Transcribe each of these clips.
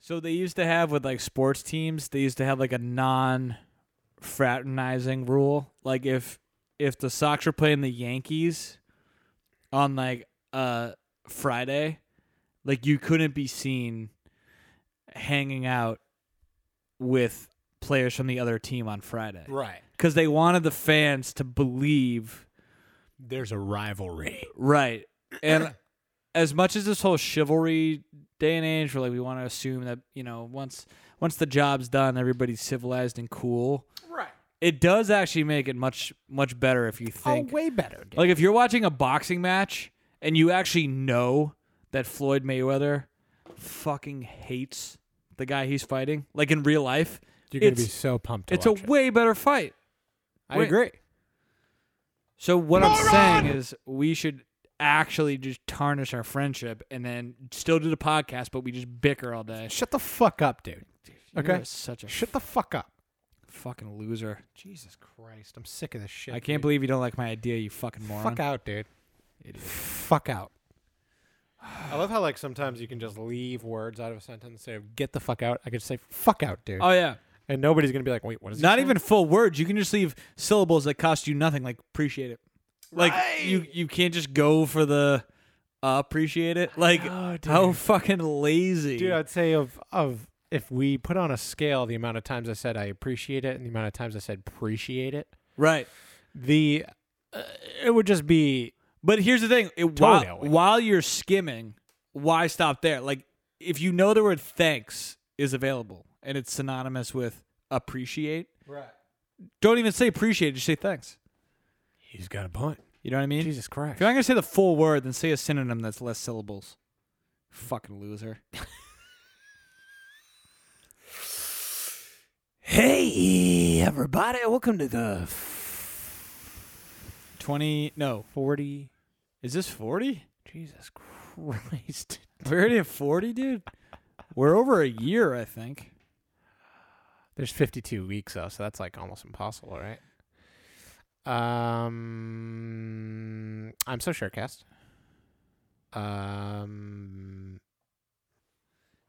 So they used to have with like sports teams, they used to have like a non fraternizing rule. Like if if the Sox were playing the Yankees on like uh Friday, like you couldn't be seen hanging out with players from the other team on Friday. Right. Cuz they wanted the fans to believe There's a rivalry. Right. And as much as this whole chivalry day and age where like we want to assume that, you know, once once the job's done, everybody's civilized and cool. Right. It does actually make it much much better if you think oh, way better. dude. like if you're watching a boxing match and you actually know that Floyd Mayweather fucking hates the guy he's fighting, like in real life, You're gonna it's- be so pumped. To it's a watch it. way better fight. I wait. agree. So what I'm saying is we should actually just tarnish our friendship and then still do the podcast, but we just bicker all day. Shut the fuck up, dude. You're Okay. such a Shut the fuck up. fucking loser. Jesus Christ, I'm sick of this shit. I can't believe you don't like my idea, you fucking moron. Fuck out, dude. Fuck out. I love how like sometimes you can just leave words out of a sentence instead of get the fuck out. I could say fuck out, dude, Oh yeah. and nobody's gonna be like, wait, what is Not this? even full words. You can just leave syllables that cost you nothing, like appreciate it. Like you you can't just go for the uh, appreciate it. Like know, dude. how fucking lazy. dude? I'd say of of if we put on a scale the amount of times I said I appreciate it and the amount of times I said appreciate it, right. the uh, it would just be But here's the thing: it, while, Toenail. while you're skimming, why stop there? Like, if you know the word "thanks" is available and it's synonymous with appreciate, right. don't even say appreciate; just say thanks. He's got a point. You know what I mean? Jesus If Christ. you're not gonna say the full word, then say a synonym that's less syllables. Fucking loser. Hey everybody, welcome to the Twenty? No, forty. is this forty? Jesus Christ. We're already at forty, dude. We're over a year, I think. There's 52 weeks though, so that's like almost impossible, right? Um, I'm so sure, Cast. Um,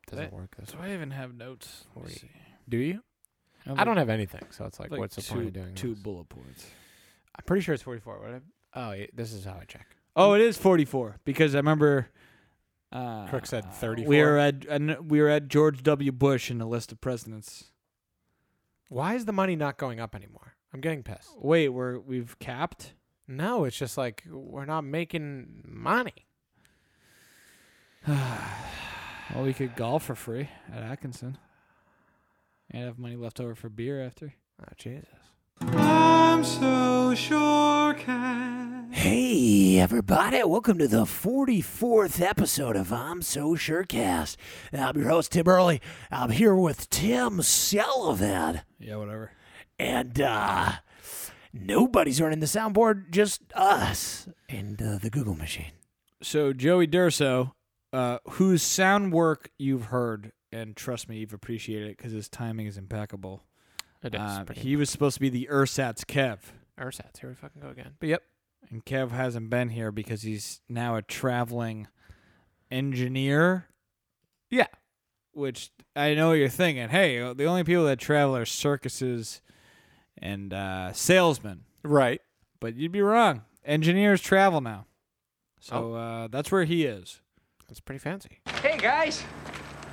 doesn't Wait, work this way. I even have notes? Let me see. Do you? have I don't have anything, so it's like, what's the point of doing two this? bullet points? I'm pretty sure it's 44. What? I, oh, yeah, this is how I check. Oh, it is 44 because I remember. Uh, Crook said 34. We were at and we were at George W. Bush in the list of presidents. Why is the money not going up anymore? I'm getting pissed. Wait, we're we've capped. No, it's just like we're not making money. Well, we could golf for free at Atkinson, and have money left over for beer after. Oh, Jesus. I'm so sure. Hey, everybody. Welcome to the 44th episode of I'm So Sure Cast. I'm your host, Tim Early. I'm here with Tim Sullivan. Yeah, whatever. And uh, nobody's running the soundboard, just us and uh, the Google machine. So Joey Durso, uh, whose sound work you've heard, and trust me, you've appreciated it because his timing is impeccable. It Uh, he was supposed to be the Ursat's Kev. Ersatz, here we fucking go again. But yep. And Kev hasn't been here because he's now a traveling engineer, Yeah. which I know you're thinking, hey, uh, the only people that travel are circuses and uh, salesmen. Right. But you'd be wrong. Engineers travel now. Oh. So uh, that's where he is. That's pretty fancy. Hey guys!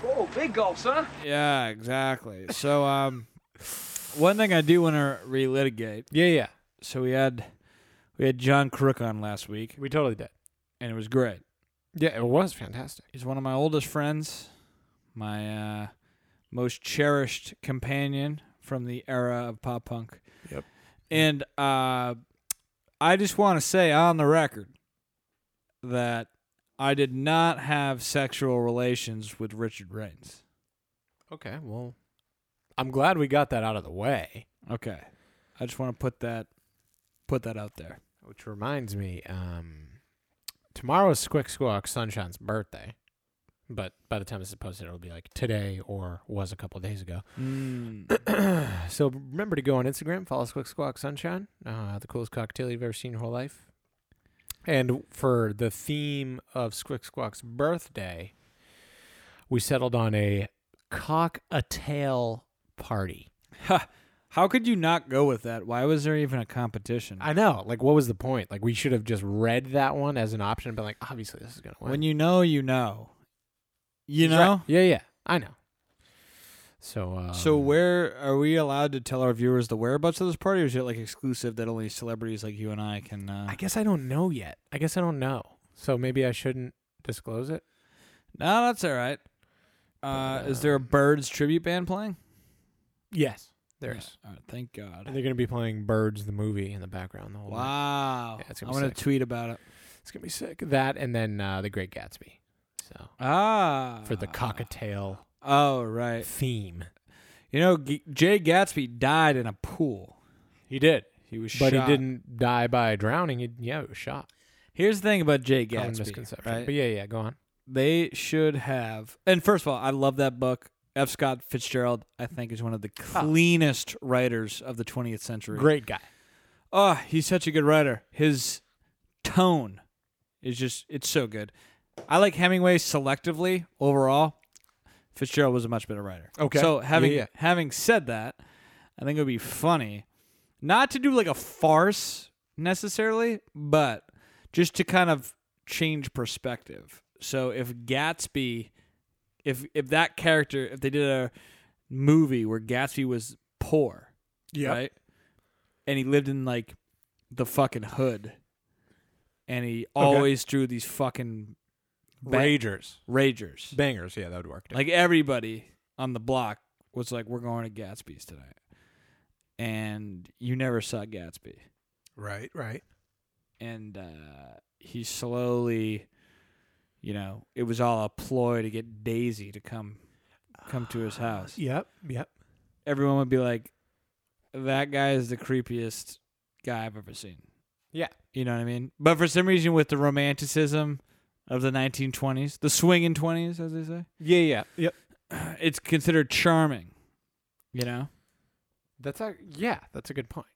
Oh, big gulps, huh? Yeah, exactly. So um, one thing I do want to relitigate. Yeah, yeah. So we had we had John Crook on last week, We totally did. and it was great. Yeah, it was fantastic. He's one of my oldest friends, my uh, most cherished companion from the era of pop punk. Yep. And uh, I just want to say on the record that I did not have sexual relations with Richard Raines. Okay, well, I'm glad we got that out of the way. Okay. I just want to put that put that out there. Which reminds me, um, tomorrow is Squick Squawk Sunshine's birthday. But by the time this is posted, it'll be like today or was a couple of days ago. Hmm. so remember to go on Instagram, follow Squick Squawk Sunshine, uh, the coolest cocktail you've ever seen in your whole life. And for the theme of Squick Squawk's birthday, we settled on a cock a tail party. How could you not go with that? Why was there even a competition? I know. Like, what was the point? Like, we should have just read that one as an option, but like, obviously, this is gonna win. when you know, you know. You know? Yeah, yeah. I know. So, um, So where are we allowed to tell our viewers the whereabouts of this party, or is it like exclusive that only celebrities like you and I can? Uh... I guess I don't know yet. I guess I don't know. So maybe I shouldn't disclose it. No, that's all right. Uh, is there a Birds tribute band playing? Yes, there is. All right, thank And God. they're gonna be playing Birds the movie in the background the whole night. Wow. Yeah, it's I'm gonna be gonna sick. tweet about it. It's gonna be sick. That and then uh, the Great Gatsby. So Ah. for the cockatiel Oh right. theme, You know, G- Jay Gatsby died in a pool. he did, He was, but shot. he didn't die by drowning. He yeah, he was shot. Here's the thing about Jay Common Gatsby, misconception. right? But yeah, yeah, go on. they should have. And first of all, I love that book. F. Scott Fitzgerald, I think, is one of the cleanest writers of the 20th century. Great guy. Oh, he's such a good writer. His tone is just, it's so good. I like Hemingway selectively overall. Fitzgerald was a much better writer. Okay. So having Yeah, yeah. having said that, I think it would be funny not to do like a farce necessarily, but just to kind of change perspective. So if Gatsby if if that character if they did a movie where Gatsby was poor, Yep. right? And he lived in like the fucking hood. And he always drew these fucking ba- Ragers, ragers. bangers. Yeah, that would work. Like everybody on the block was like, "We're going to Gatsby's tonight," and you never saw Gatsby. right, right. And uh, he slowly, you know, it was all a ploy to get Daisy to come come to his house. Yep, yep. Everyone would be like, "That guy is the creepiest guy I've ever seen." Yeah. You know what I mean? But for some reason, with the romanticism of the 1920s, the swinging 20s, as they say, Yeah, yeah, yep. it's considered charming. You know. That's a yeah. That's a good point.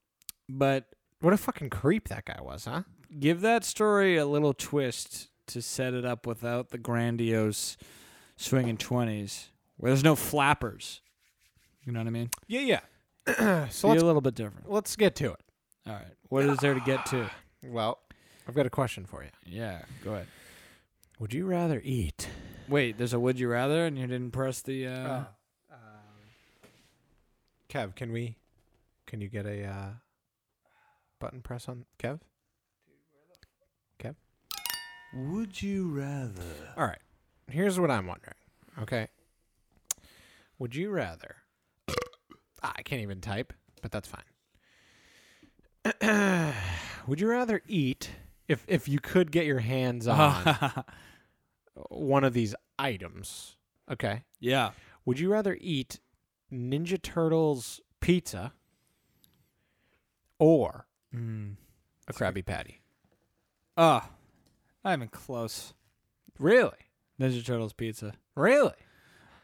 but What a fucking creep that guy was, huh? give that story a little twist to set it up without the grandiose swinging 20s where there's no flappers you know what i mean Yeah, yeah. so be a let's little bit different let's get to it. all right what is there to get to Well, I've got a question for you. yeah go ahead Would you rather eat? wait there's a would you rather and you didn't press the uh, um, Kev, can we? Can you get a uh, button press on Kev? Kev. Would you rather? All right. Here's what I'm wondering. Okay. Would you rather? ah, I can't even type, but that's fine. Would you rather eat if if you could get your hands on one of these items? Okay. yeah Would you rather eat Ninja Turtles pizza or Hmm. a Krabby Patty? oh i'm in close Really? ninja turtles pizza Really?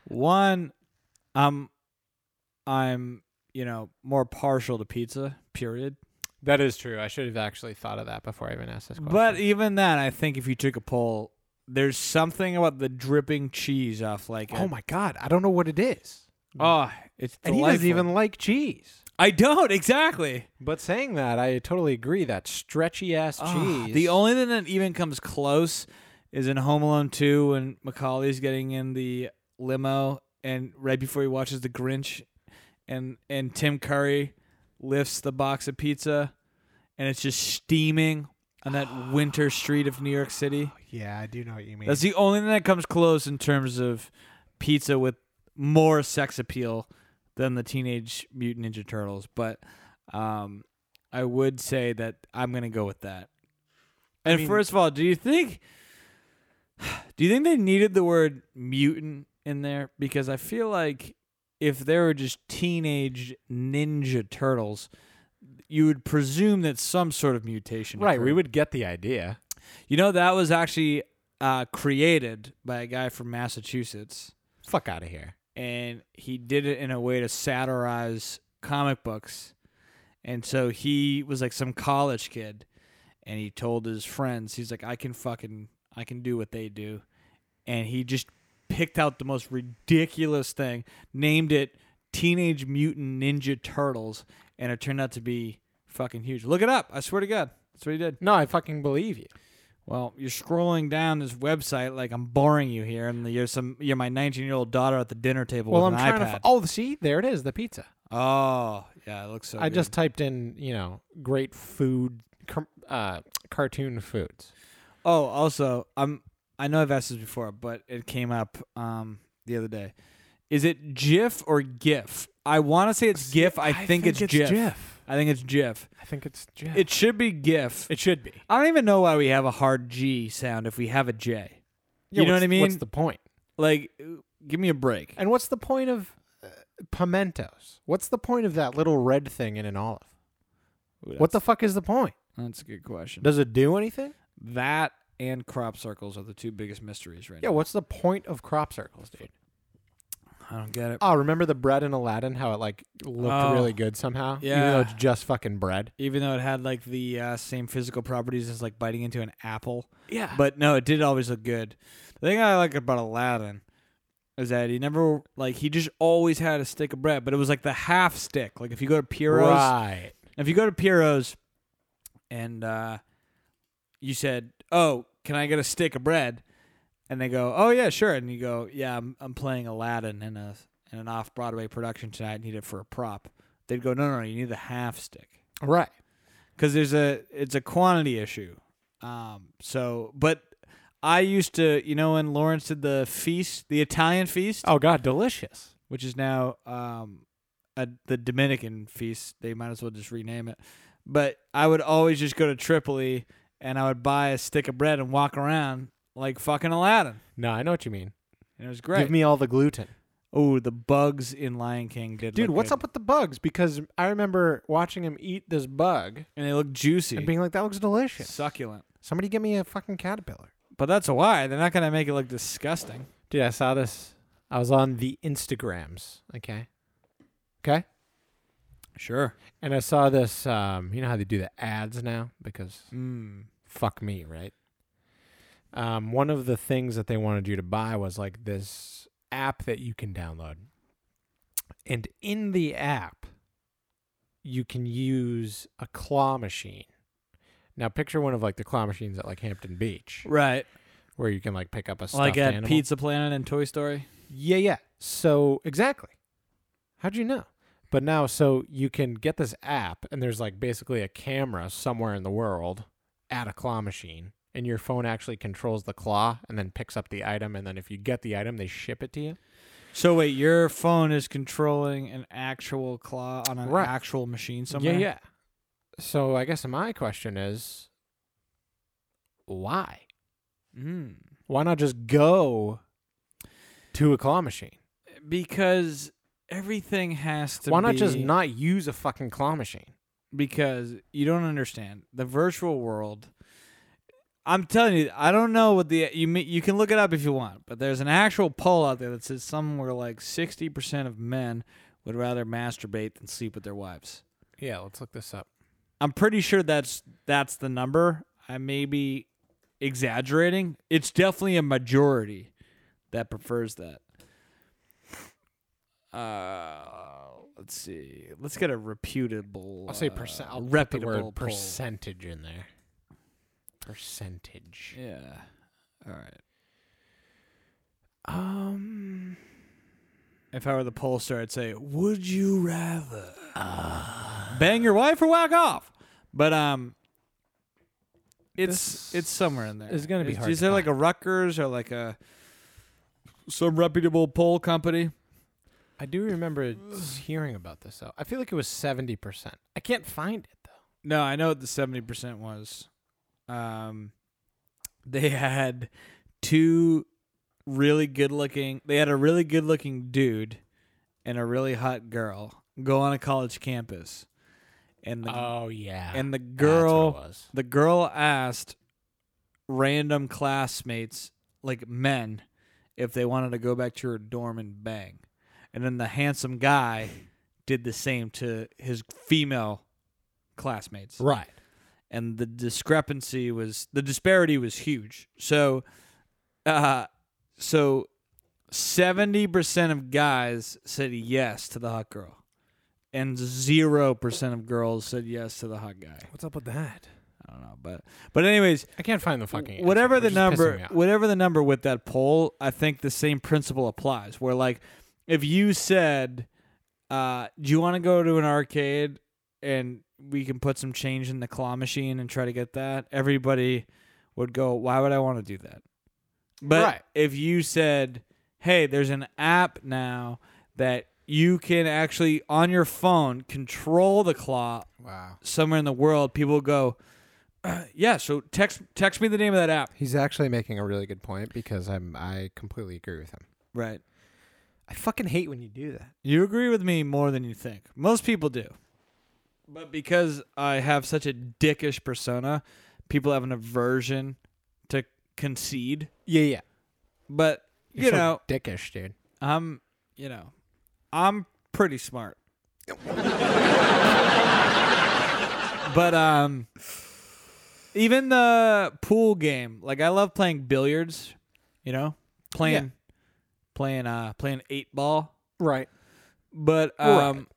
One, I'm, I'm, you know, more partial to pizza. Period. That is true. I should have actually thought of that before I even asked this question. But even then, I think if you took a poll, there's something about the dripping cheese off like. oh my god, I don't know what it is. Oh, it's And he doesn't even like cheese. I don't exactly. But saying that, I totally agree. That stretchy ass Ah, cheese. the only thing that even comes close is in Home Alone Two when Macaulay's getting in the limo and right before he watches The Grinch, and and Tim Curry lifts the box of pizza, and it's just steaming on that winter street of New York City. yeah, I do know what you mean. That's the only thing that comes close in terms of pizza with more sex appeal than the Teenage Mutant Ninja Turtles. But um, I would say that I'm gonna go with that. And mean- first of all, do you think do you think they needed the word mutant in there? Because I feel like if there were just teenage ninja turtles, you would presume that some sort of mutation. right. We occurred. would get the idea. You know, that was actually uh, created by a guy from Massachusetts, Fuck out of here. and he did it in a way to satirize comic books. And so he was like some college kid, and he told his friends, he's like, I can fucking, I can do what they do. And he just picked out the most ridiculous thing, named it Teenage Mutant Ninja Turtles, and it turned out to be fucking huge. Look it up. I swear to God. That's what he did. No, I fucking believe you. Well, you're scrolling down this website like I'm boring you here, and you're some you're my 19 year old daughter at the dinner table Well, with I'm an trying to. iPad. F- oh, see, there it is, the pizza. oh, yeah, it looks so. I good. just typed in, you know, great food, com- uh, cartoon foods. Oh, also, um, I know I've asked this before, but it came up um the other day. Is it GIF or GIF? I want to say it's GIF. I, think, it's, GIF. I think it's GIF. I think it's Jeff. It should be GIF. it should be. I don't even know why we have a hard G sound if we have a J. You know what I mean? What's the point? Like, give me a break. And what's the point of uh, pimentos? What's the point of that little red thing in an olive? What the fuck is the point? That's a good question. Does it do anything? That and crop circles are the two biggest mysteries right Yeah, now. what's the point of crop circles, dude? I don't get it. Oh, remember the bread in Aladdin? How it like looked Oh. really good somehow? even Yeah. though it's just fucking bread. Even though it had like the uh, same physical properties as like biting into an apple. Yeah, But no, it did always look good. The thing I like about Aladdin is that he never like he just always had a stick of bread, but it was like the half stick. Like if you go to Piero's, right. if you go to Piero's, and uh, you said, "Oh, can I get a stick of bread?" and they go, "Oh yeah, sure," and you go, "Yeah, I'm I'm playing Aladdin in a in an off Broadway production tonight. I need it for a prop." They'd go, "No, no, no you need the half stick." Right. because there's a it's a quantity issue. Um, so, but I used to, you know, when Lawrence did the feast, the Italian feast, Oh god, delicious. which is now um, a, the Dominican feast. They might as well just rename it. But I would always just go to Tripoli and I would buy a stick of bread and walk around like fucking Aladdin, No, I know what you mean. and it was great. Give me all the gluten. oh, the bugs in Lion King did, Dude, look what's good. up with the bugs? Because I remember watching him eat this bug And they look juicy, and being like, that looks delicious. succulent. Somebody give me a fucking caterpillar. But that's why they're not gonna make it look disgusting. Dude, I saw this. I was on the Instagrams. Okay. Okay. Sure. And I saw this. Um, you know how they do the ads now? Because Hmm. Mm. fuck me, right? Um, one of the things that they wanted you to buy was like this app that you can download. And in the app, you can use a claw machine. Now, picture one of like the claw machines at like Hampton Beach, Right. where you can like pick up a stuffed like at animal. Pizza Planet and Toy Story. Yeah, yeah. So exactly. How'd you know? But now, so you can get this app, and there's like basically a camera somewhere in the world at a claw machine, and your phone actually controls the claw and then picks up the item. And then if you get the item, they ship it to you. So wait, your phone is controlling an actual claw on an Right. actual machine somewhere. Yeah, yeah. So I guess my question is why? yeah. Mm. Why not just go to a claw machine? Because everything has to. Why not just be- not use a fucking claw machine? Because you don't understand the virtual world. I'm telling you, I don't know what the you me- you can look it up if you want, but there's an actual poll out there that says somewhere like 60% of men would rather masturbate than sleep with their wives. Yeah, let's look this up. I'm pretty sure that's that's the number. I may be exaggerating. It's definitely a majority that prefers that. Uh, let's see. Let's get a reputable. I'll say uh, percent. I'll put the reputable word poll. percentage in there. Percentage. Yeah. All right. Um. If I were the pollster, I'd say, "Would you rather Uh. bang your wife or whack off?" But um, it's This it's somewhere in there. is gonna be Is- hard Is to there like a Rutgers or like a some reputable poll company? I do remember s- hearing about this though. I feel like it was seventy percent. I can't find it though. No, I know what the seventy percent was. Um, they had two really good looking. They had a really good looking dude and a really hot girl go on a college campus, and the Oh yeah. and the That's what it girl was. the girl asked random classmates like men if they wanted to go back to her dorm and bang and then the handsome guy did the same to his female classmates Right. and the discrepancy was the disparity was huge so uh so Seventy percent of guys said yes to the hot girl, and zero percent of girls said yes to the hot guy. What's up with that? I don't know, but but anyways, I can't find the fucking answer, whatever the which is pissing number me off. whatever the number with that poll i think the same principle applies where like if you said uh do you want to go to an arcade and we can put some change in the claw machine and try to get that everybody would go why would i want to do that but Right. if you said hey there's an app now that you can actually on your phone control the claw Wow. somewhere in the world people would go yeah so text text me the name of that app He's actually making a really good point because I'm I completely agree with him. Right. I fucking hate when you do that. You agree with me more than you think. Most people do. But because I have such a dickish persona, people have an aversion to concede. Yeah, yeah. But, you You're so know, dickish, dude. I'm, you know, I'm pretty smart. but um even the pool game, like I love playing billiards, you know, playing playing uh playing 8 ball. Right. But Right. um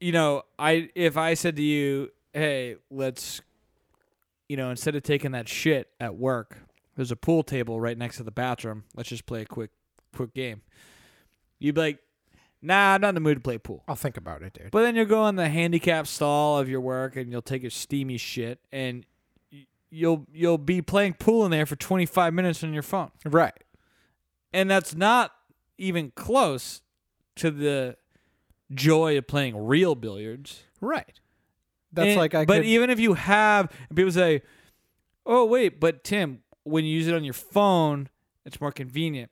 you know, I if I said to you, "Hey, let's you know, instead of taking that shit at work, there's a pool table right next to the bathroom. Let's just play a quick quick game." You'd be like, "Nah, I'm not in the mood to play pool." I'll think about it, dude. But then you'll go in the handicap stall of your work and you'll take your steamy shit and y- you'll you'll be playing pool in there for 25 minutes on your phone. Right. And that's not even close to the joy of playing real billiards. Right. That's And- like I But could even if you have and people say, "Oh, wait, but Tim, when you use it on your phone, it's more convenient."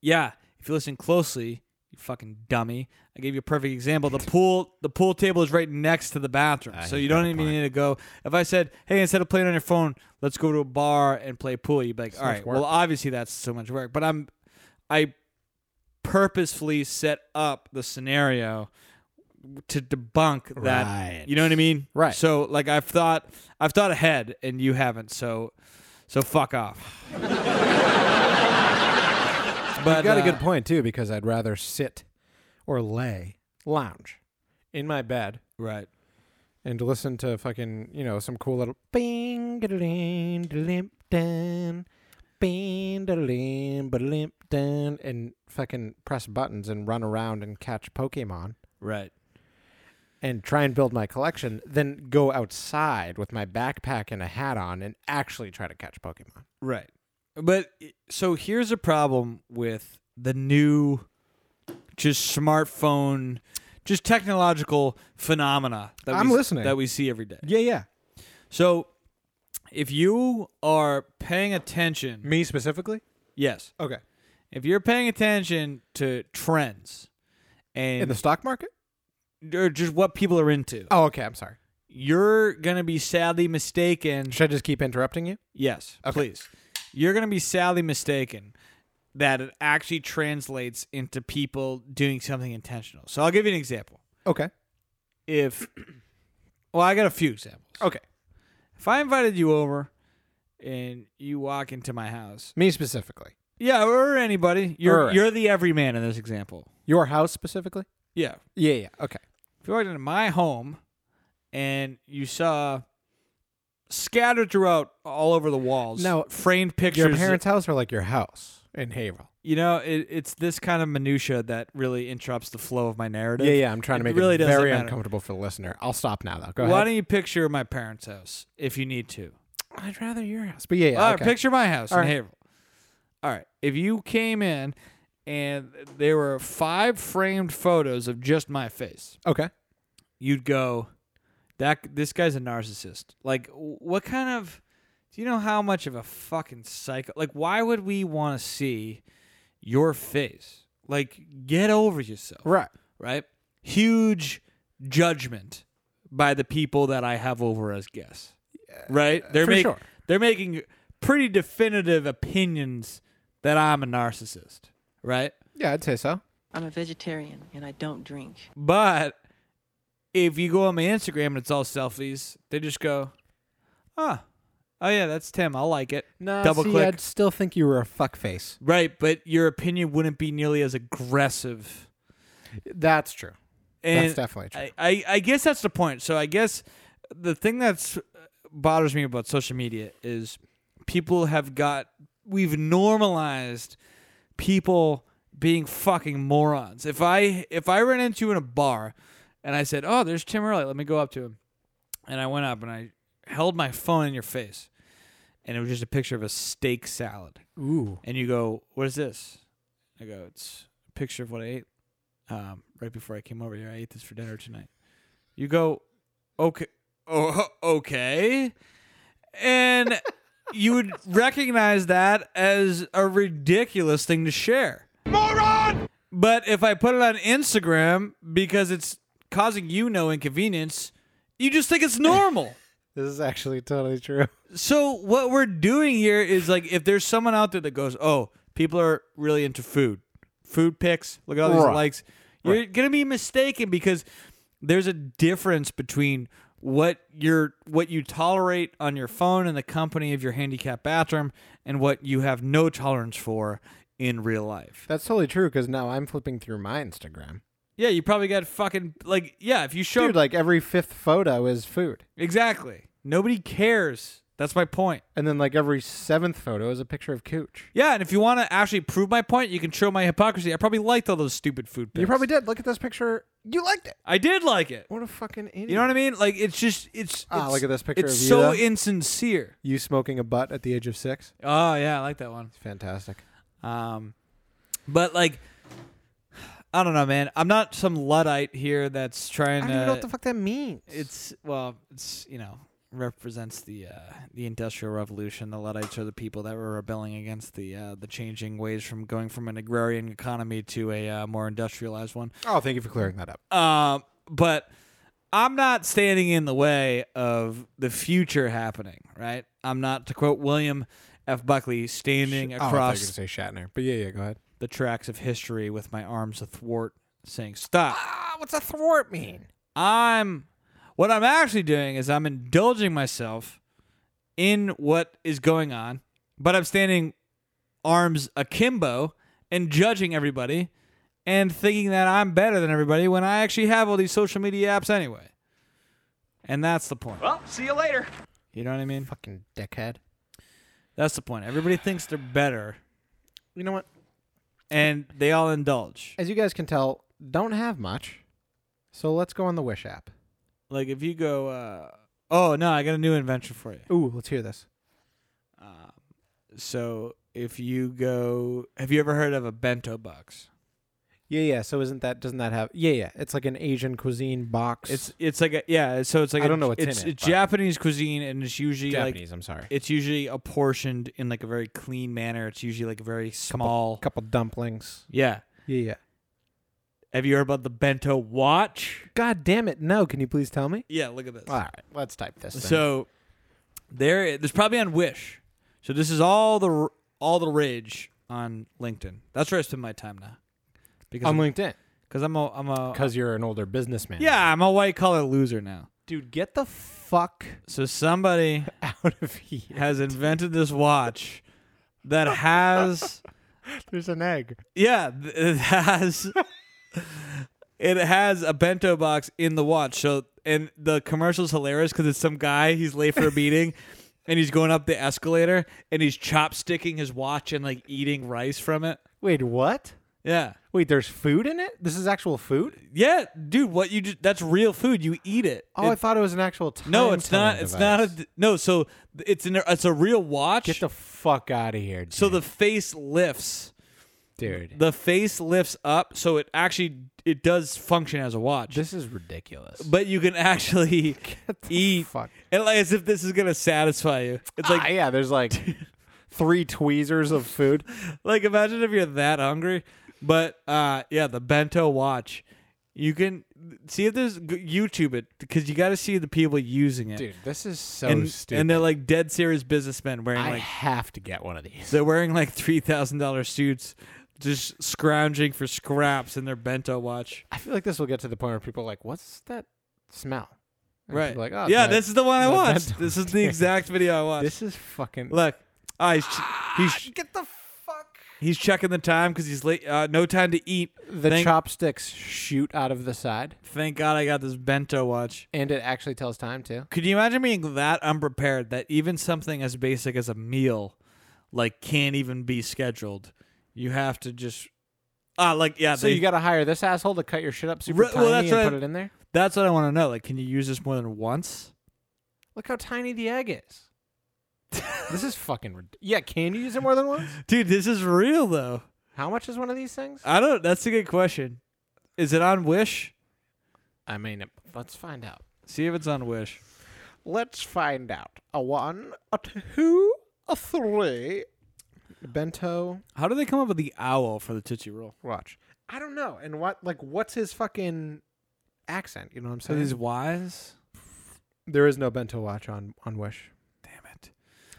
Yeah, if you listen closely, you fucking dummy. I gave you a perfect example. The pool, the pool table is right next to the bathroom, so you don't even need to go. If I said, "Hey, instead of playing on your phone, let's go to a bar and play pool," you'd be like, "All much right, work. well, obviously that's so much work." But I'm, I purposefully set up the scenario to debunk that. Right. You know what I mean? Right. So like I've thought I've thought ahead and you haven't, so so fuck off. but You got a uh, good point too, because I'd rather sit or lay, lounge, in my bed Right. and listen to fucking you know some cool little bing da-da-ling, da-limp, dun, bing da-da-ling, ba-da-limp, dun, and fucking press buttons and run around and catch Pokemon Right. and try and build my collection. Then go outside with my backpack and a hat on and actually try to catch Pokemon. Right. But so here's a problem with the new just smartphone just technological phenomena that we I'm s- listening. that we see every day. Yeah, yeah. So if you are paying attention, Me specifically. yes. Okay. If you're paying attention to trends and In the stock market. or just what people are into. Oh, okay. I'm sorry. You're going to be sadly mistaken. Should I just keep interrupting you? Yes, Okay. please. You're going to be sadly mistaken that it actually translates into people doing something intentional. So I'll give you an example. Okay. If, well, I got a few examples. Okay. If I invited you over and you walk into my house, Me specifically. yeah, or anybody, you're, Alright. you're the everyman in this example. Your house specifically? Yeah. Yeah, yeah. Okay. if you walked into my home and you saw scattered throughout all over the walls Now, framed pictures Your parents' house or like your house in Haverhill? you know it, it's this kind of minutia that really interrupts the flow of my narrative Yeah, yeah. I'm trying to It make it, really doesn't very matter. uncomfortable for the listener. I'll stop now though. Go why ahead. don't you picture my parents house if you need to I'd rather your house. But yeah, yeah. All right, okay. picture my house All in right. Haverhill. All right, if you came in and there were five framed photos of just my face okay. you'd go that this guy's a narcissist like what kind of do you know how much of a fucking psycho like why would we want to see your face like get over yourself Right. right huge judgment by the people that i have over as guests right they're for making sure. they're making pretty definitive opinions that i'm a narcissist right Yeah, I'd say so. I'm a vegetarian and I don't drink. But if you go on my Instagram and it's all selfies, they just go, ah, oh yeah, that's Tim. I'll like it. No, Double see, click. I'd still think you were a fuckface. Right, but your opinion wouldn't be nearly as aggressive. That's true. And that's definitely true. I, I, I guess that's the point. So I guess the thing that's bothers me about social media is people have got we've normalized people being fucking morons. If I if I ran into you in a bar and I said, "Oh, there's Tim Early. Let me go up to him." And I went up and I held my phone in your face. And it was just a picture of a steak salad. Ooh. And you go, "What is this?" I go, "It's a picture of what I ate um, right before I came over here. I ate this for dinner tonight." You go, "Okay, oh, okay," and you would recognize that as a ridiculous thing to share. Moron. But if I put it on Instagram because it's causing you no inconvenience, you just think it's normal. This is actually totally true. So what we're doing here is like if there's someone out there that goes, "Oh, people are really into food, food pics. Look at all these Right. likes." You're gonna be mistaken because there's a difference between what you're what you tolerate on your phone in the company of your handicapped bathroom and what you have no tolerance for in real life. That's totally true because now I'm flipping through my Instagram. Yeah, you probably got fucking like yeah. If you show Dude, like every fifth photo is food. exactly, nobody cares. That's my point. And then like every seventh photo is a picture of Cooch. Yeah, and if you want to actually prove my point, you can show my hypocrisy. I probably liked all those stupid food pics. You probably did. Look at this picture. You liked it. I did like it. What a fucking idiot. You know what I mean? Like it's just it's. Ah, it's- look at this picture It's of you, so though. insincere. You smoking a butt at the age of six? Oh yeah, I like that one. It's fantastic. Um, but like, I don't know, man. I'm not some luddite here that's trying I to. don't even know what the fuck that means. It's well, it's you know represents the uh, the industrial revolution. The Luddites are the people that were rebelling against the uh, the changing ways from going from an agrarian economy to a uh, more industrialized one. Oh, thank you for clearing that up. Um, but I'm not standing in the way of the future happening, right? I'm not, to quote William F. Buckley, standing Oh, I thought you were across gonna say Shatner, but yeah, yeah, go ahead. the tracks of history with my arms athwart, saying, Stop. Ah, what's a thwart mean? I'm, what I'm actually doing is I'm indulging myself in what is going on, but I'm standing arms akimbo and judging everybody and thinking that I'm better than everybody when I actually have all these social media apps anyway. And that's the point. Well, see you later. You know what I mean? Fucking dickhead. That's the point. Everybody thinks they're better You know what? and they all indulge. As you guys can tell, don't have much. So let's go on the Wish app. Like if you go, uh, oh no, I got a new invention for you. Ooh, let's hear this. Um, so if you go, have you ever heard of a bento box? Yeah, yeah. So isn't that doesn't that have? Yeah, yeah. It's like an Asian cuisine box. It's it's like a yeah. So it's like I a- don't know what's in it's, it, it's but- Japanese cuisine, and it's usually like I'm sorry. it's usually apportioned in like a very clean manner. It's usually like a very small. couple dumplings. Yeah. Yeah, yeah. Have you heard about the bento watch? God damn it! No, can you please tell me? Yeah. Look at this. All right, let's type this. thing. So there, there's probably on Wish. So this is all the r- all the rage on LinkedIn. That's where I spend my time now. Because on I'm, LinkedIn, cause I'm a I'm a because you're an older businessman. yeah I'm a white collar loser now. dude, get the fuck So somebody out of here. has invented this watch that has There's an egg. yeah th- it has it has a bento box in the watch. So and the commercial's hilarious because it's some guy he's late for a meeting. And he's going up the escalator and he's chopsticking his watch and like eating rice from it. Wait, what? Yeah. Wait, there's food in it? This is actual food? Yeah, dude, what you just that's real food. You eat it. Oh, I It- thought it was an actual time. no, it's not. telling It's not device. a d- no. So th- it's an it's a real watch. Get the fuck out of here, dude. so the face lifts. dude. The face lifts up, so it actually it does function as a watch. this is ridiculous. but you can actually the eat fuck. and like as if this is gonna satisfy you. It's like ah, yeah, there's like three tweezers of food. like imagine if you're that hungry but uh yeah the bento watch you can see if there's g- youtube it because you got to see the people using it Dude, this is so and, stupid. and they're like dead serious businessmen wearing I like have to get one of these. they're wearing like $3000 suits just scrounging for scraps in their bento watch I feel like this will get to the point where people are like, what's that smell? And right. people are like, oh, yeah, that- this is the one I that- that watched. don't This is the care. exact video I watched. This is fucking. Look, ah, he's ch- he's Get the fuck. he's checking the time because he's late. Uh, no time to eat. The Thank- chopsticks shoot out of the side, Thank God I got this bento watch. and it actually tells time too. Could you imagine being that unprepared that even something as basic as a meal, like, can't even be scheduled? You have to just ah, like yeah. So they- you got to hire this asshole to cut your shit up super Re- well, tiny that's and what I- put it in there. that's what I want to know. Like, can you use this more than once? Look how tiny the egg is. this is fucking. rid- Yeah, can you use it more than once? Dude, this is real though. How much is one of these things? I don't. That's a good question. Is it on Wish? I mean, it- let's find out. See if it's on Wish. Let's find out. A one, a two, a three. Bento, How do they come up with the owl for the Tootsie Roll? watch. I don't know. And what, like, what's his fucking accent? You know what I'm So saying? these Y's? there is no bento watch on on Wish, Damn it.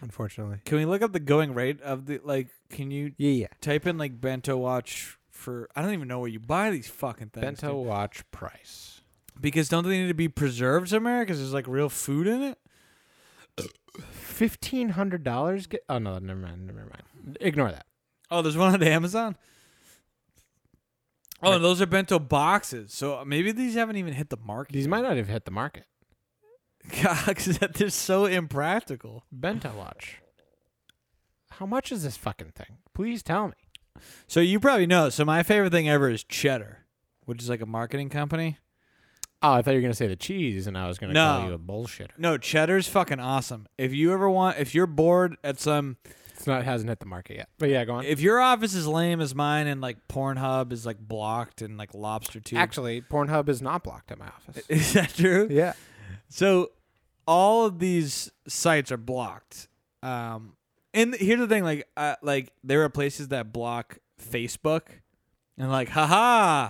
unfortunately. Can we look up the going rate of the, like, can you Yeah, yeah. type in, like, bento watch for, I don't even know where you buy these fucking things. Bento dude. watch price. Because don't they need to be preserved somewhere? Because there's, like, real food in it? Fifteen hundred dollars. Get. Oh no, never mind. Never mind. Ignore that. Oh, there's one on Amazon? Oh, Right. and those are bento boxes. So uh, maybe these haven't even hit the market. These might not have hit the market. God, 'cause that they're so impractical. Bento watch. How much is this fucking thing? Please tell me. So you probably know. So my favorite thing ever is Cheddar, which is like a marketing company. Oh, I thought you were gonna say the cheese, and I was gonna No. call you a bullshitter. No, Cheddar's fucking awesome. If you ever want, if you're bored at some, It's not. It hasn't hit the market yet. But yeah, go on. if your office is lame as mine and like Pornhub is like blocked and like Lobster Tube. Actually, Pornhub is not blocked at my office. is that true? yeah. So all of these sites are blocked. Um, and here's the thing: like, uh, like there are places that block Facebook, and like, haha,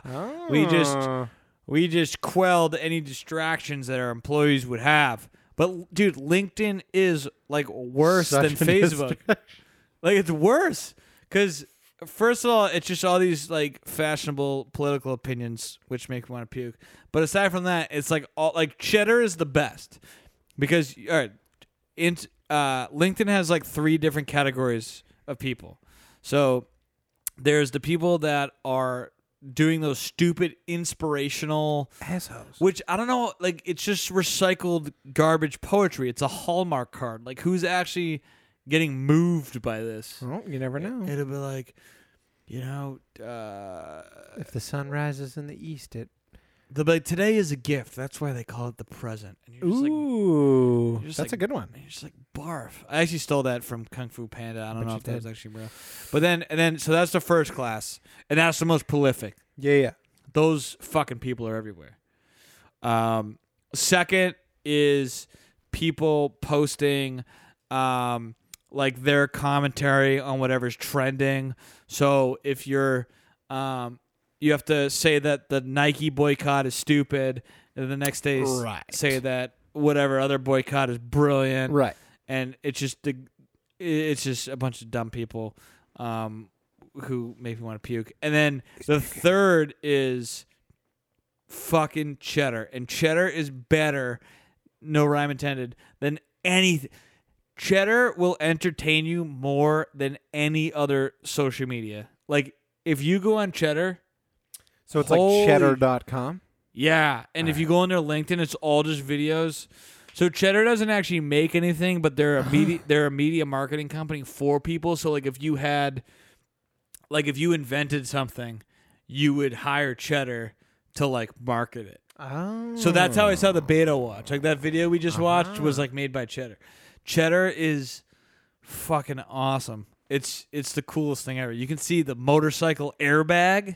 we just Ah. we just quelled any distractions that our employees would have. But dude, LinkedIn is like worse Such than a Facebook. like it's worse because first of all, it's just all these like fashionable political opinions which make me want to puke. But aside from that, it's like all like cheddar is the best because all right, in, uh, LinkedIn has like three different categories of people. So there's the people that are doing those stupid inspirational assholes. which I don't know, like it's just recycled garbage poetry. It's a Hallmark card. Like who's actually getting moved by this? Well, you never know. It'll be like, you know, uh, If the sun rises in the east, it. they'll be like, today is a gift. That's why they call it the present. And you're just like, Ooh, just that's like- a good one. and you're just like barf. I actually stole that from Kung Fu Panda. I don't But know you if that was did. actually real. But then, and then, so that's the first class, and that's the most prolific. Yeah, yeah. those fucking people are everywhere. Um, second is people posting um, like their commentary on whatever's trending. So if you're, um, you have to say that the Nike boycott is stupid, and the next day s- Right. say that whatever other boycott is brilliant Right. and it's just the it's just a bunch of dumb people um who make me want to puke and then the third is fucking cheddar and cheddar is better no rhyme intended than anything cheddar will entertain you more than any other social media like if you go on cheddar So it's Holy- like cheddar.com. yeah, and if you go on their LinkedIn, it's all just videos. So Cheddar doesn't actually make anything, but they're a media they're a media marketing company for people. So like if you had like if you invented something, you would hire Cheddar to like market it. Oh. So that's how I saw the beta watch. Like that video we just watched was like made by Cheddar. Cheddar is fucking awesome. It's it's the coolest thing ever. You can see the motorcycle airbag.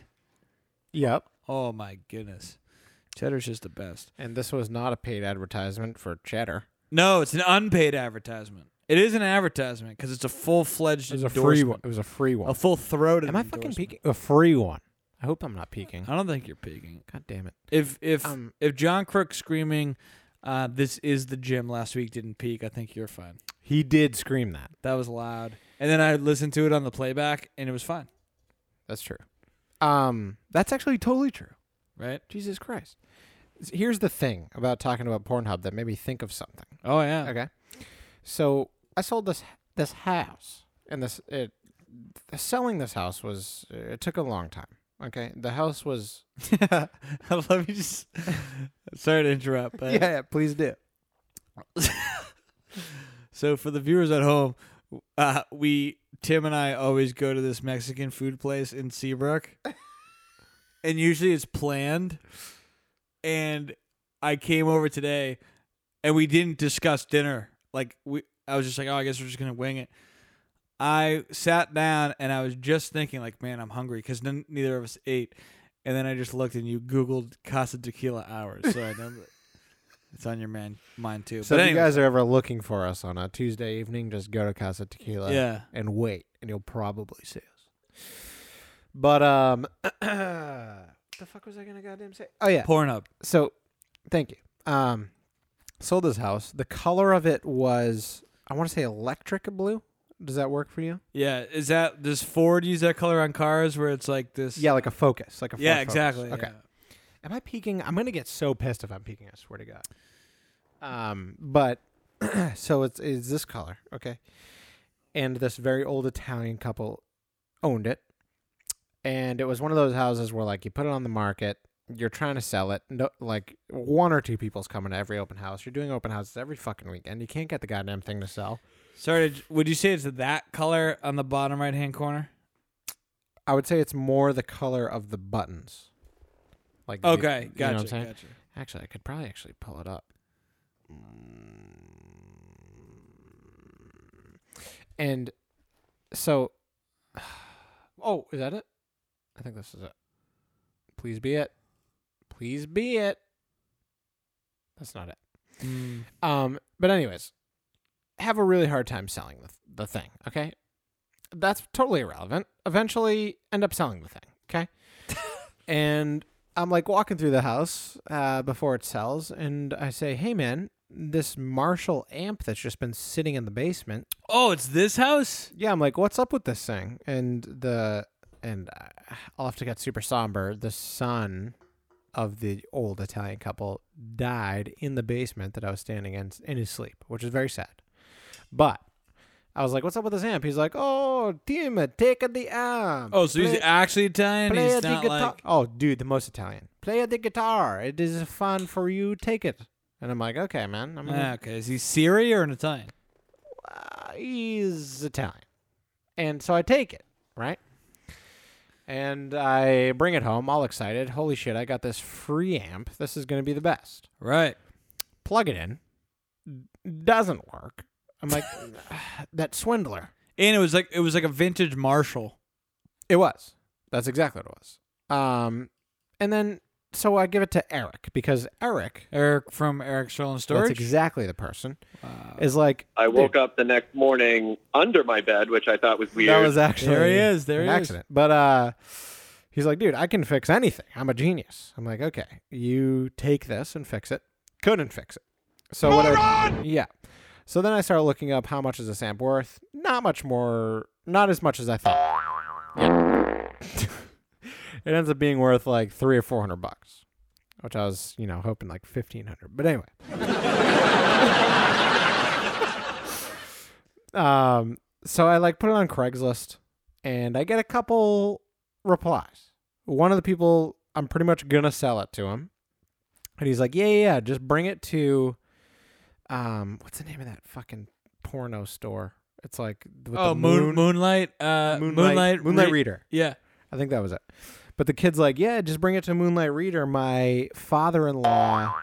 Yep. Oh my goodness. Cheddar's just the best. And this was not a paid advertisement for cheddar. No, it's an unpaid advertisement. It is an advertisement because it's a full fledged. It was a free one. It was a free one. A full throated. Am I fucking peeking? A free one. I hope I'm not peeking. I don't think you're peeking. God damn it. If if Um, if John Crook screaming, uh, "This is the gym" last week didn't peak, I think you're fine. He did scream that. That was loud. And then I listened to it on the playback, and it was fine. That's true. Um, that's actually totally true. Right? Jesus Christ. here's the thing about talking about Pornhub that made me think of something. Oh yeah. Okay. So I sold this this house, and this it selling this house was it took a long time. Okay, the house was I love you. Just sorry to interrupt, but yeah please do. so for the viewers at home, uh, we Tim and I always go to this Mexican food place in Seabrook, and usually it's planned. And I came over today, and we didn't discuss dinner. Like we, I was just like, oh, I guess we're just gonna wing it. I sat down and I was just thinking, like, man, I'm hungry because neither of us ate. And then I just looked and you Googled Casa Tequila hours, so I know that it's on your man mind too. So but if anyway. you guys are ever looking for us on a Tuesday evening, just go to Casa Tequila Yeah. and wait, and you'll probably see us. But um, the fuck was I gonna goddamn say? Oh yeah, Pornhub. so thank you. Um, sold this house. The color of it was I want to say electric blue. Does that work for you? Yeah, is that does Ford use that color on cars where it's like this? Yeah, like a focus, like a Ford yeah, Focus. exactly. Okay. yeah. Am I peeking? I'm gonna get so pissed if I'm peeking. I swear to God. Um, but so it's it's this color, okay? And this very old Italian couple owned it, and it was one of those houses where like you put it on the market, you're trying to sell it, no, like one or two people's coming to every open house. You're doing open houses every fucking weekend. You can't get the goddamn thing to sell. Sorry, did- would you say it's that color on the bottom right hand corner? I would say it's more the color of the buttons. Like the- Okay, you know gotcha. what I'm saying? gotcha. Actually, I could probably actually pull it up. And so, oh, is that it? I think this is it. Please be it. Please be it. That's not it. Mm. Um, but anyways, have a really hard time selling the, the thing. Okay, that's totally irrelevant. Eventually, end up selling the thing. Okay, and I'm like walking through the house uh, before it sells, and I say, "Hey, man." This Marshall amp that's just been sitting in the basement. Oh, it's this house. Yeah, I'm like, what's up with this thing? And the and uh, I'll have to get super somber. The son of the old Italian couple died in the basement that I was standing in in his sleep, which is very sad. But I was like, "What's up with this amp?" He's like, "Oh, Tim, take the amp." Oh, so he's Play- actually Italian. play He's the not guitar. like oh, dude, the most Italian. Play the guitar. It is fun for you. Take it. And I'm like, okay, man. I'm gonna Ah, okay. Is he Syria or an Italian? uh, he's Italian. And so I take it, right? And I bring it home all excited. Holy shit, I got this free amp. This is going to be the best. Right. Plug it in. D- Doesn't work. I'm like, that swindler. And it was like it was like a vintage Marshall. It was. That's exactly what it was. Um, and then, so I give it to Eric because Eric, Eric from Eric Stolen that's Storage. exactly the person, is like, I "Dude, woke up the next morning under my bed, which I thought was weird. That was actually There he is, there an he is. accident. But uh, he's like, dude, I can fix anything. I'm a genius. I'm like, okay, you take this and fix it. Couldn't fix it. So what? I, yeah. So then I started looking up how much is this amp worth. Not much more. Not as much as I thought. it ends up being worth like three or four hundred bucks, which I was, you know, hoping like fifteen hundred. But anyway. um so I like put it on Craigslist and I get a couple replies. One of the people I'm pretty much gonna sell it to him. And he's like, Yeah, yeah, yeah, just bring it to um what's the name of that fucking porno store? It's like with Oh, the moon, moonlight. Uh, moonlight, moonlight Re- reader. Yeah. I think that was it. But the kid's like, yeah, just bring it to Moonlight Reader. My father in law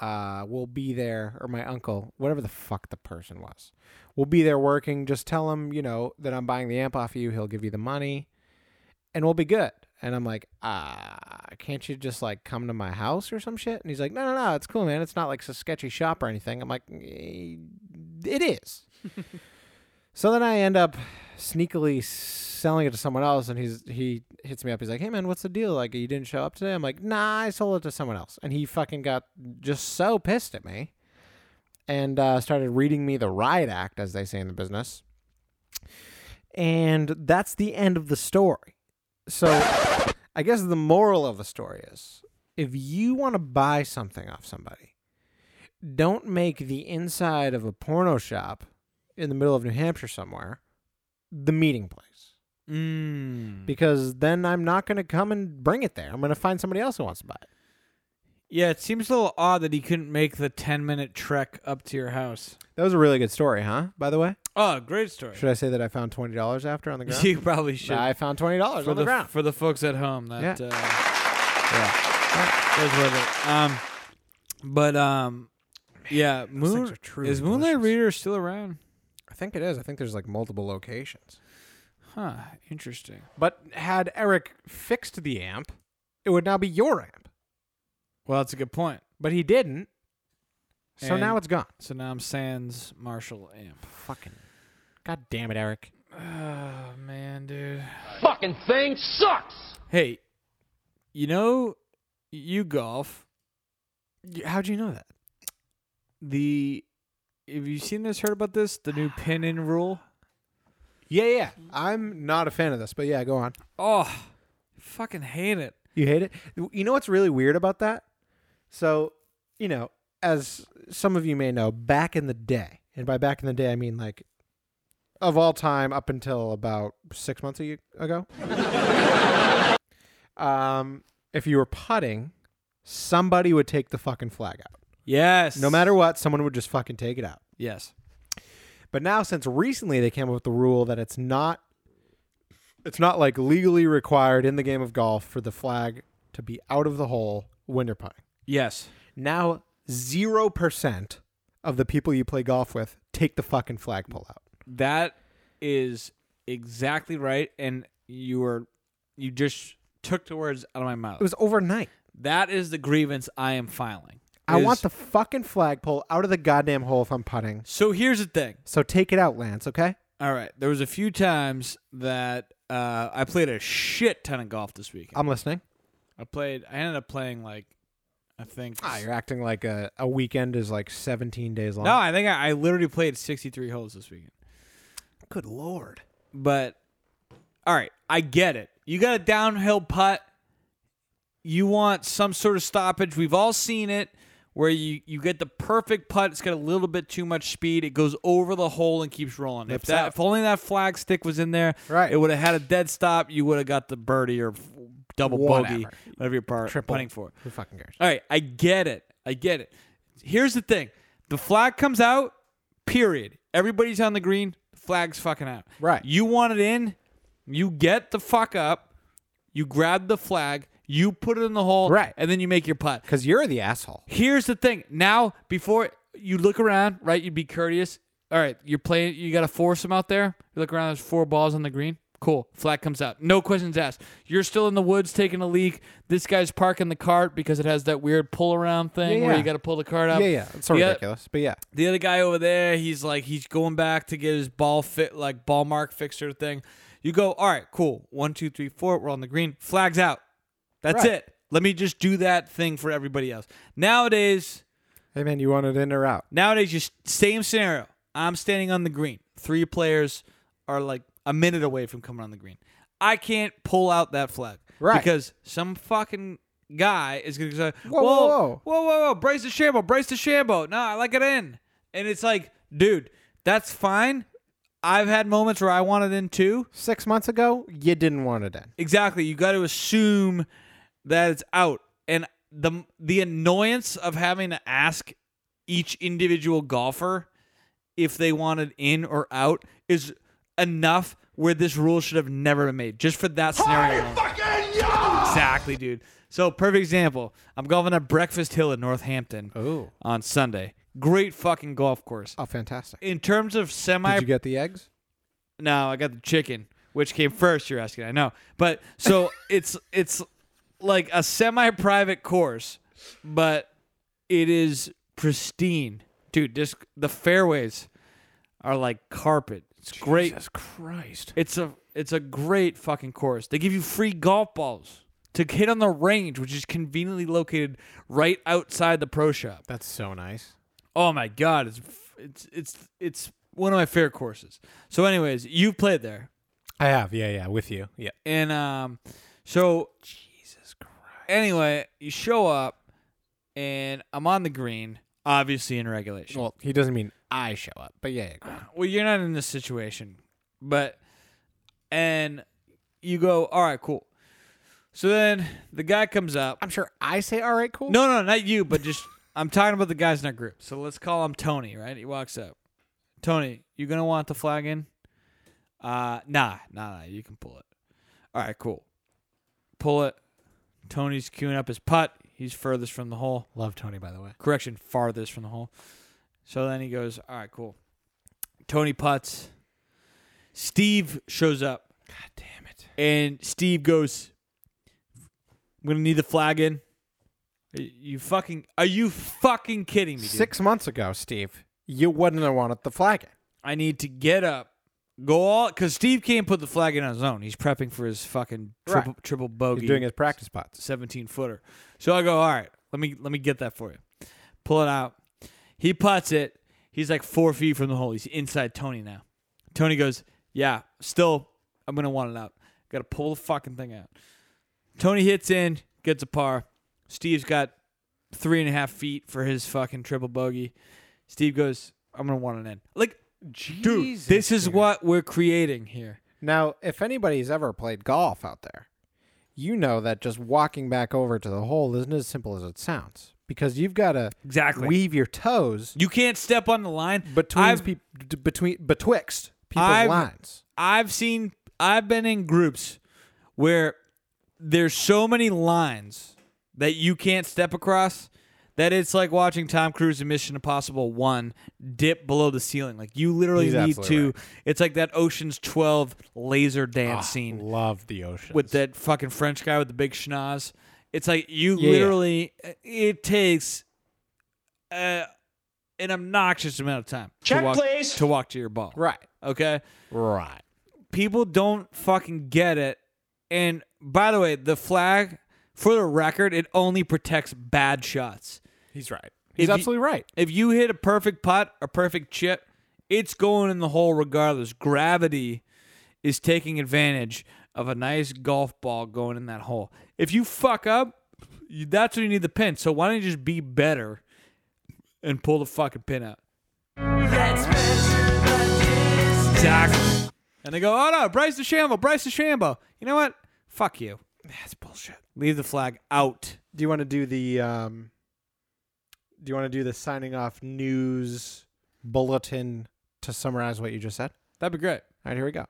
uh, will be there, or my uncle, whatever the fuck the person was, will be there working. Just tell him, you know, that I'm buying the amp off of you. He'll give you the money and we'll be good. And I'm like, ah, can't you just like come to my house or some shit? And he's like, no, no, no, it's cool, man. It's not like a sketchy shop or anything. I'm like, "Eh, it is. so then I end up sneakily selling it to someone else, and he's he hits me up. He's like, hey man, what's the deal? Like, you didn't show up today. I'm like, nah, I sold it to someone else, and he fucking got just so pissed at me, and uh, started reading me the riot act, as they say in the business. And that's the end of the story. So I guess the moral of the story is if you want to buy something off somebody, don't make the inside of a porno shop in the middle of New Hampshire somewhere the meeting place Mm-hmm. Mm. because then I'm not going to come and bring it there. I'm going to find somebody else who wants to buy it. Yeah, it seems a little odd that he couldn't make the 10 minute trek up to your house. That was a really good story, huh? By the way, Oh, great story. should I say that I found twenty dollars after on the ground? You probably should. I found twenty dollars for on the, ground. for the folks at home. That Yeah. uh, goes with it. Um, but um, yeah, things Moon are truly is Moonlight delicious. Reader still around? I think it is. I think there's like multiple locations. Huh, interesting. But had Eric fixed the amp, it would now be your amp. Well, that's a good point. But he didn't. So now And- it's gone. So now I'm Sans Marshall Amp. Fucking. God damn it, Eric. Ah, Oh man, dude. Fucking thing sucks! Hey, you know, you golf. How'd you know that? The have you seen this? Heard about this? The new pin in rule. Yeah, yeah. I'm not a fan of this, but yeah, go on. Oh, fucking hate it. You hate it? You know what's really weird about that? So, you know, as some of you may know, back in the day, and by back in the day, I mean like of all time up until about six months a- ago. um, if you were putting, somebody would take the fucking flag out. Yes. No matter what, someone would just fucking take it out. Yes. But now, since recently they came up with the rule that it's not, it's not like legally required in the game of golf for the flag to be out of the hole when you're putting. Yes. Now, zero percent of the people you play golf with take the fucking flagpole out. That is exactly right, and you were you just took the words out of my mouth. It was overnight. that is the grievance I am filing. I is- want the fucking flagpole out of the goddamn hole if I'm putting. So here's the thing. So take it out, Lance. Okay. All right, there was a few times that uh, I played a shit ton of golf this weekend. I'm listening. I played. I ended up playing like, I think. Ah, you're acting like a, a weekend is like 17 days long. no, I think I, I literally played 63 holes this weekend. Good lord. But all right, I get it. You got a downhill putt. You want some sort of stoppage. We've all seen it where you you get the perfect putt. It's got a little bit too much speed. It goes over the hole and keeps rolling. If Lips that out. if only that flag stick was in there, Right. It would have had a dead stop. You would have got the birdie or f- double bogey, Whatever. whatever you're par- Triple. putting for. Who fucking cares? All right, I get it. I get it. Here's the thing: the flag comes out. Period. Everybody's on the green. The flag's fucking out. Right. You want it in. You get the fuck up. You grab the flag. You put it in the hole. Right. And then you make your putt. Because you're the asshole. Here's the thing. Now, before you look around, right? You'd be courteous. All right, you're playing. You got to force them out there. You look around. There's four balls on the green. Cool. Flag comes out. No questions asked. You're still in the woods taking a leak. This guy's parking the cart because it has that weird pull around thing Yeah, where yeah. you got to pull the cart out. Yeah, Um, yeah. It's so The oth- ridiculous. But yeah. The other guy over there, he's like he's going back to get his ball fit like ball mark fixer thing. You go. All right, cool. One, two, three, four. We're on the green. Flags out. That's Right. it. Let me just do that thing for everybody else. Nowadays. Hey man, you want it in or out? Nowadays, you same scenario. I'm standing on the green. Three players are like a minute away from coming on the green. I can't pull out that flag, Right. Because some fucking guy is gonna say, "Whoa, Whoa, whoa, whoa, whoa. whoa, whoa, whoa, brace the shambo, brace the shambo." No, I like it in, and it's like, dude, that's fine. I've had moments where I wanted in too. Six months ago, you didn't want it in. Exactly. You got to assume that it's out, and the the annoyance of having to ask each individual golfer if they wanted in or out is enough. Where this rule should have never been made, just for that scenario. alone. Exactly, dude. So perfect example. I'm golfing at Breakfast Hill in Northampton Oh. on Sunday. Great fucking golf course. Oh, fantastic. In terms of semi Did you get the eggs? no, I got the chicken, which came first. You're asking, I know, but so it's it's like a semi-private course, but it is pristine, dude. Just the fairways are like carpet. It's great. Christ. It's a it's a great fucking course. They give you free golf balls to hit on the range, which is conveniently located right outside the pro shop. That's so nice. Oh my god, it's it's it's it's one of my favorite courses. So, anyways, you played there I have, yeah, yeah, with you. Yeah. and um, so Jesus Christ, anyway, you show up, and I'm on the green, obviously in regulation. Well, he doesn't mean I show up, but yeah, yeah, go on. well, you're not in this situation, but and you go, all right, cool. So then the guy comes up. I'm sure I say all right, cool. No, no, not you, but just I'm talking about the guys in our group. So let's call him Tony, right? He walks up. Tony, you gonna want the flag in? Uh, nah, nah, nah. You can pull it. All right, cool. Pull it. Tony's queuing up his putt. He's furthest from the hole love Tony by the way. correction, farthest from the hole. So then he goes, all right, cool. Tony putts. Steve shows up, God damn it. and Steve goes, I'm gonna need the flag in. Are you fucking? Are you fucking kidding me? Dude? Six months ago, Steve, you wouldn't have wanted the flag. I need to get up, go all because Steve can't put the flag in on his own. He's prepping for his fucking Right. triple triple bogey. He's doing his practice spots. 17 footer. So I go, all right, let me let me get that for you. Pull it out. He puts it. He's like four feet from the hole. He's inside Tony now. Tony goes, yeah, still, I'm gonna want it out. Gotta pull the fucking thing out. Tony hits in, gets a par. Steve's got three and a half feet for his fucking triple bogey. Steve goes, I'm gonna want it in. Like, dude, Jesus, this is dude. what we're creating here. Now, if anybody's ever played golf out there, you know that just walking back over to the hole isn't as simple as it sounds because you've got to Exactly. weave your toes You can't step on the line. between I've- peop d- between betwixt people's I've- lines. I've seen I've been in groups where there's so many lines that you can't step across that it's like watching Tom Cruise in Mission Impossible 1 dip below the ceiling. Like you literally He's need absolutely to right. Ah, it's like that Ocean's 12 laser dance scene Oh, Love the ocean with that fucking French guy with the big schnoz. It's like you Yeah. literally it takes uh, an obnoxious amount of time to Check, walk please. to walk to your ball. Right, Okay? right. people don't fucking get it. And by the way, the flag, for the record, it only protects bad shots. He's right. If He's you- absolutely right. If you hit a perfect putt, a perfect chip, it's going in the hole regardless. Gravity is taking advantage of a nice golf ball going in that hole. If you fuck up, you, that's when you need the pin. So why don't you just be better and pull the fucking pin out? Exactly. And they go, oh no, Bryce DeChambeau, Bryce DeChambeau. You know what? Fuck you. That's bullshit. Leave the flag out. Do you want to do the um do you want to do the signing off news bulletin to summarize what you just said? That'd be great. All right, here we go.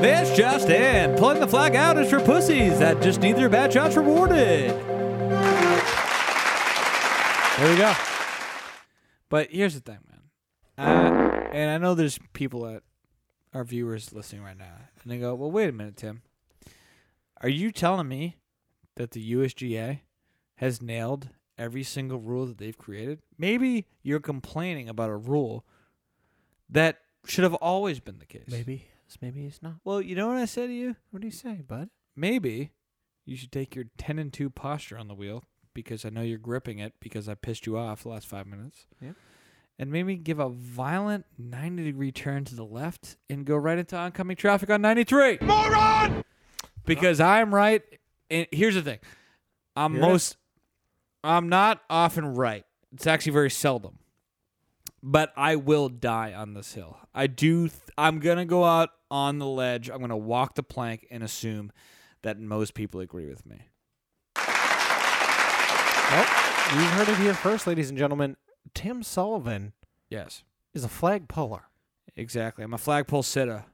This just in. Pulling the flag out is for pussies that just need their bad shots rewarded. There we go. But here's the thing, man. Uh, and I know there's people that our viewers listening right now, and they go, "Well, wait a minute, Tim. Are you telling me that the USGA has nailed every single rule that they've created? Maybe you're complaining about a rule that should have always been the case. Maybe maybe it's not. Well, you know what I said to you? What do you say, bud? Maybe you should take your 10 and 2 posture on the wheel because I know you're gripping it because I pissed you off the last five minutes. Yeah. And maybe give a violent 90 degree turn to the left and go right into oncoming traffic on 93. Moron! Because I'm right. And here's the thing I'm Here it most, I'm not often right. It's actually very seldom. But I will die on this hill. I do. Th- I'm going to go out on the ledge. I'm going to walk the plank and assume that most people agree with me. Well, you heard it here first, ladies and gentlemen. Tim Sullivan Yes. is a flag puller. Exactly. I'm a flagpole sitter.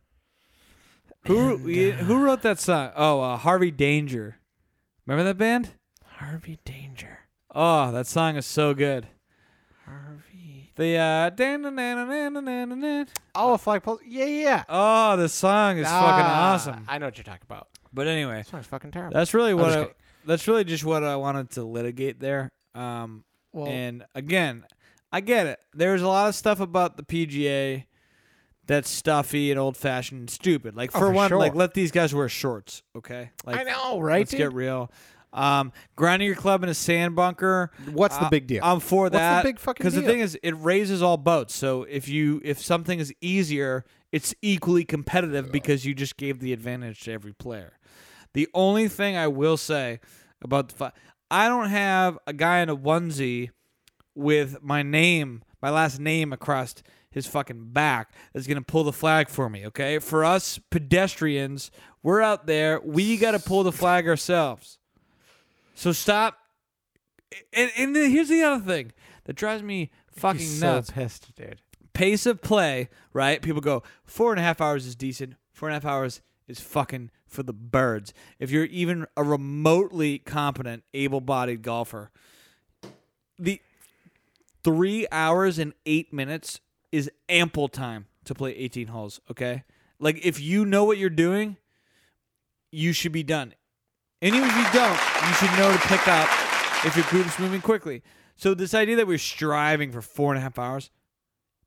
Who we- who wrote that song? Oh, uh, Harvey Danger. Remember that band? Harvey Danger. Oh, that song is so good. Harvey. The uh, dan-na-na-na-na-na-na-na. Oh, a flag puller. Yeah, yeah. oh, the song is fucking Ah, awesome. I know what you're talking about. But anyway, That song's fucking terrible. that's really I'm what just I, kidding. that's really just what I wanted to litigate there. Um, Well- and again, I get it. There's a lot of stuff about the PGA that's stuffy and old fashioned and stupid. Like Oh, for for one, like sure. let these guys wear shorts, okay? Like I know, right? Let's get dude? real. Um, grinding your club in a sand bunker. What's the uh, big deal? I'm for What's the that. big fucking Because the deal? thing is, it raises all boats. So if you if something is easier, it's equally competitive because you just gave the advantage to every player. The only thing I will say about the fi- I don't have a guy in a onesie with my name, my last name across his fucking back that's gonna pull the flag for me. Okay, for us pedestrians, we're out there. We gotta pull the flag ourselves. So stop. And, and then here's the other thing that drives me fucking He's so nuts pissed, dude. pace of play, right? People go four and a half hours is decent. Four and a half hours is fucking for the birds. If you're even a remotely competent, able-bodied golfer, the three hours and eight minutes is ample time to play 18 holes. Okay, like if you know what you're doing, you should be done. And even if you don't, you should know to pick up if your group's moving quickly. So this idea that we're striving for four and a half hours,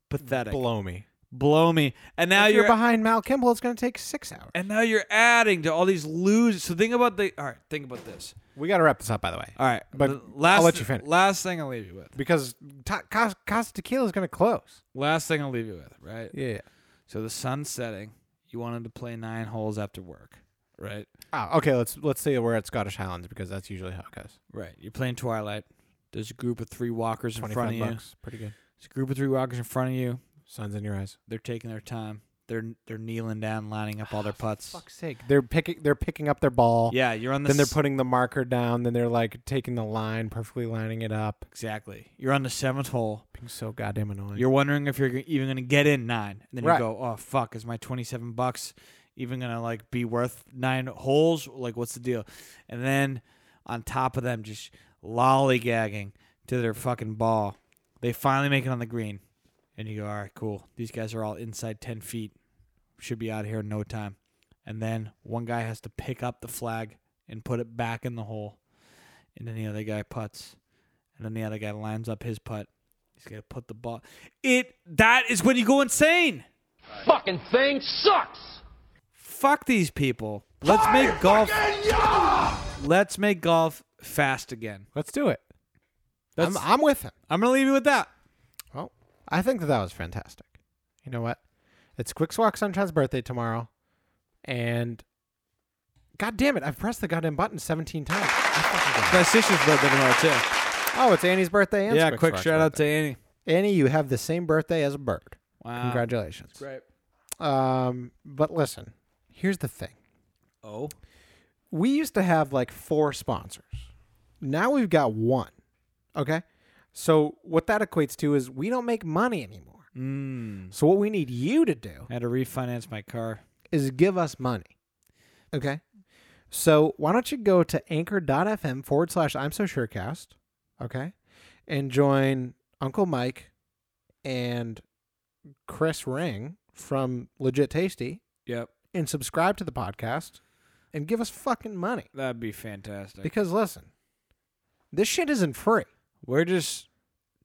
pathetic Blow me. blow me. And now if you're, you're, behind Mal Kimball, it's going to take six hours. and now you're adding to all these losers. So think about the all right. Think about this. We got to wrap this up, by the way. All right, But the last I'll let you finish. last thing I'll leave you with. Because Ta- Cos- Costa Tequila is going to close. Last thing I'll leave you with. Right. Yeah. So the sun's setting. You wanted to play nine holes after work. Right. Oh, okay. Let's let's say we're at Scottish Highlands because that's usually how it goes. Right. You're playing Twilight. There's a group of three walkers in Twenty front five of you. bucks, pretty good. There's a group of three walkers in front of you. Sun's in your eyes. They're taking their time. They're they're kneeling down, lining up all Ah, their putts. Fuck's sake! They're picking. They're picking up their ball. Yeah, you're on the Then they're s- putting the marker down. Then they're like taking the line, perfectly lining it up. exactly. You're on the seventh hole. Being so goddamn annoying. You're wondering if you're g- even going to get in nine, and then Right. you go, "Oh fuck, is my 27 bucks even going to like be worth nine holes? Like, what's the deal?" And then on top of them, just lollygagging to their fucking ball, they finally make it on the green, and you go, "All right, cool. These guys are all inside 10 feet. Should be out of here in no time." And then one guy has to pick up the flag and put it back in the hole, and then the other guy puts, and then the other guy lines up his putt. He's gonna put the ball. It that is when you go insane. Fucking thing sucks! Fuck these people. Let's make golf. Let's make golf fast again. Let's do it. I'm, That's- I'm with him. I'm gonna leave you with that. Well, I think that that was fantastic. You know what? It's Quickswalk Sunshine's birthday tomorrow, and God damn it, I've pressed the goddamn button 17 times. I fucking got it. My sister's birthday tomorrow too. Oh, it's Annie's birthday. And Yeah, Quick quick Squawk's shout out birthday. to Annie. Annie. You have the same birthday as a bird. Wow. Congratulations. Great. Um, but listen, here's the thing. Oh. we used to have like four sponsors. Now we've got one. Okay. So what that equates to is we don't make money anymore. Mm. So what we need you to do I had to refinance my car. is give us money. Okay. So why don't you go to anchor.fm forward slash I'm so surecast. Okay. And join Uncle Mike and Chris Ring from Legit Tasty Yep. and subscribe to the podcast and give us fucking money. That'd be fantastic. Because listen, this shit isn't free. We're just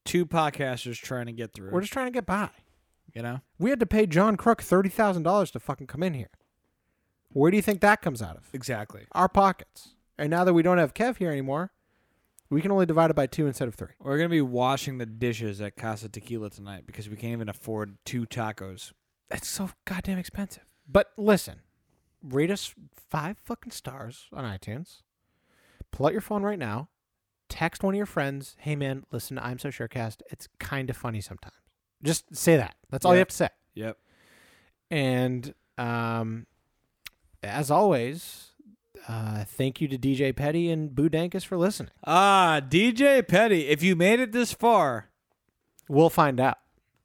two podcasters trying to get through. We're just trying to get by. you know. We had to pay John Crook thirty thousand dollars to fucking come in here. Where do you think that comes out of? Exactly. Our pockets. And now that we don't have Kev here anymore, we can only divide it by two instead of three. We're gonna be washing the dishes at Casa Tequila tonight because we can't even afford two tacos. That's so goddamn expensive. But listen, rate us five fucking stars on iTunes. Pull out your phone right now. Text one of your friends, hey man, listen, to I'm so surecast. It's kind of funny sometimes. Just say that. That's all you Yeah. have to say. Yep. And um, as always, uh, thank you to DJ Petty and Budankus for listening. Ah, DJ Petty, if you made it this far, We'll find out.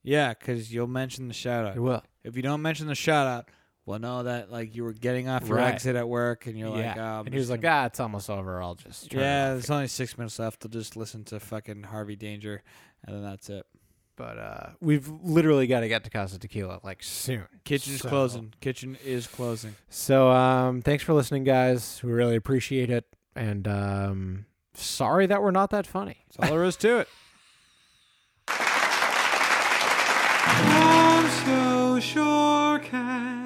yeah, because you'll mention the shout out. will. If you don't mention the shout out, we'll know that like you were getting off your Right. exit at work and you're like, yeah. um, and he was like, ah, it's almost over. I'll just turn it yeah, off." there's only six minutes left. I'll just listen to fucking Harvey Danger, and then that's it. But uh, we've literally got to get to Casa Tequila like soon. Kitchen's So- closing. Kitchen is closing. So um, thanks for listening, guys. We really appreciate it. And um, sorry that we're not that funny. That's all there is to it. I'm so sure.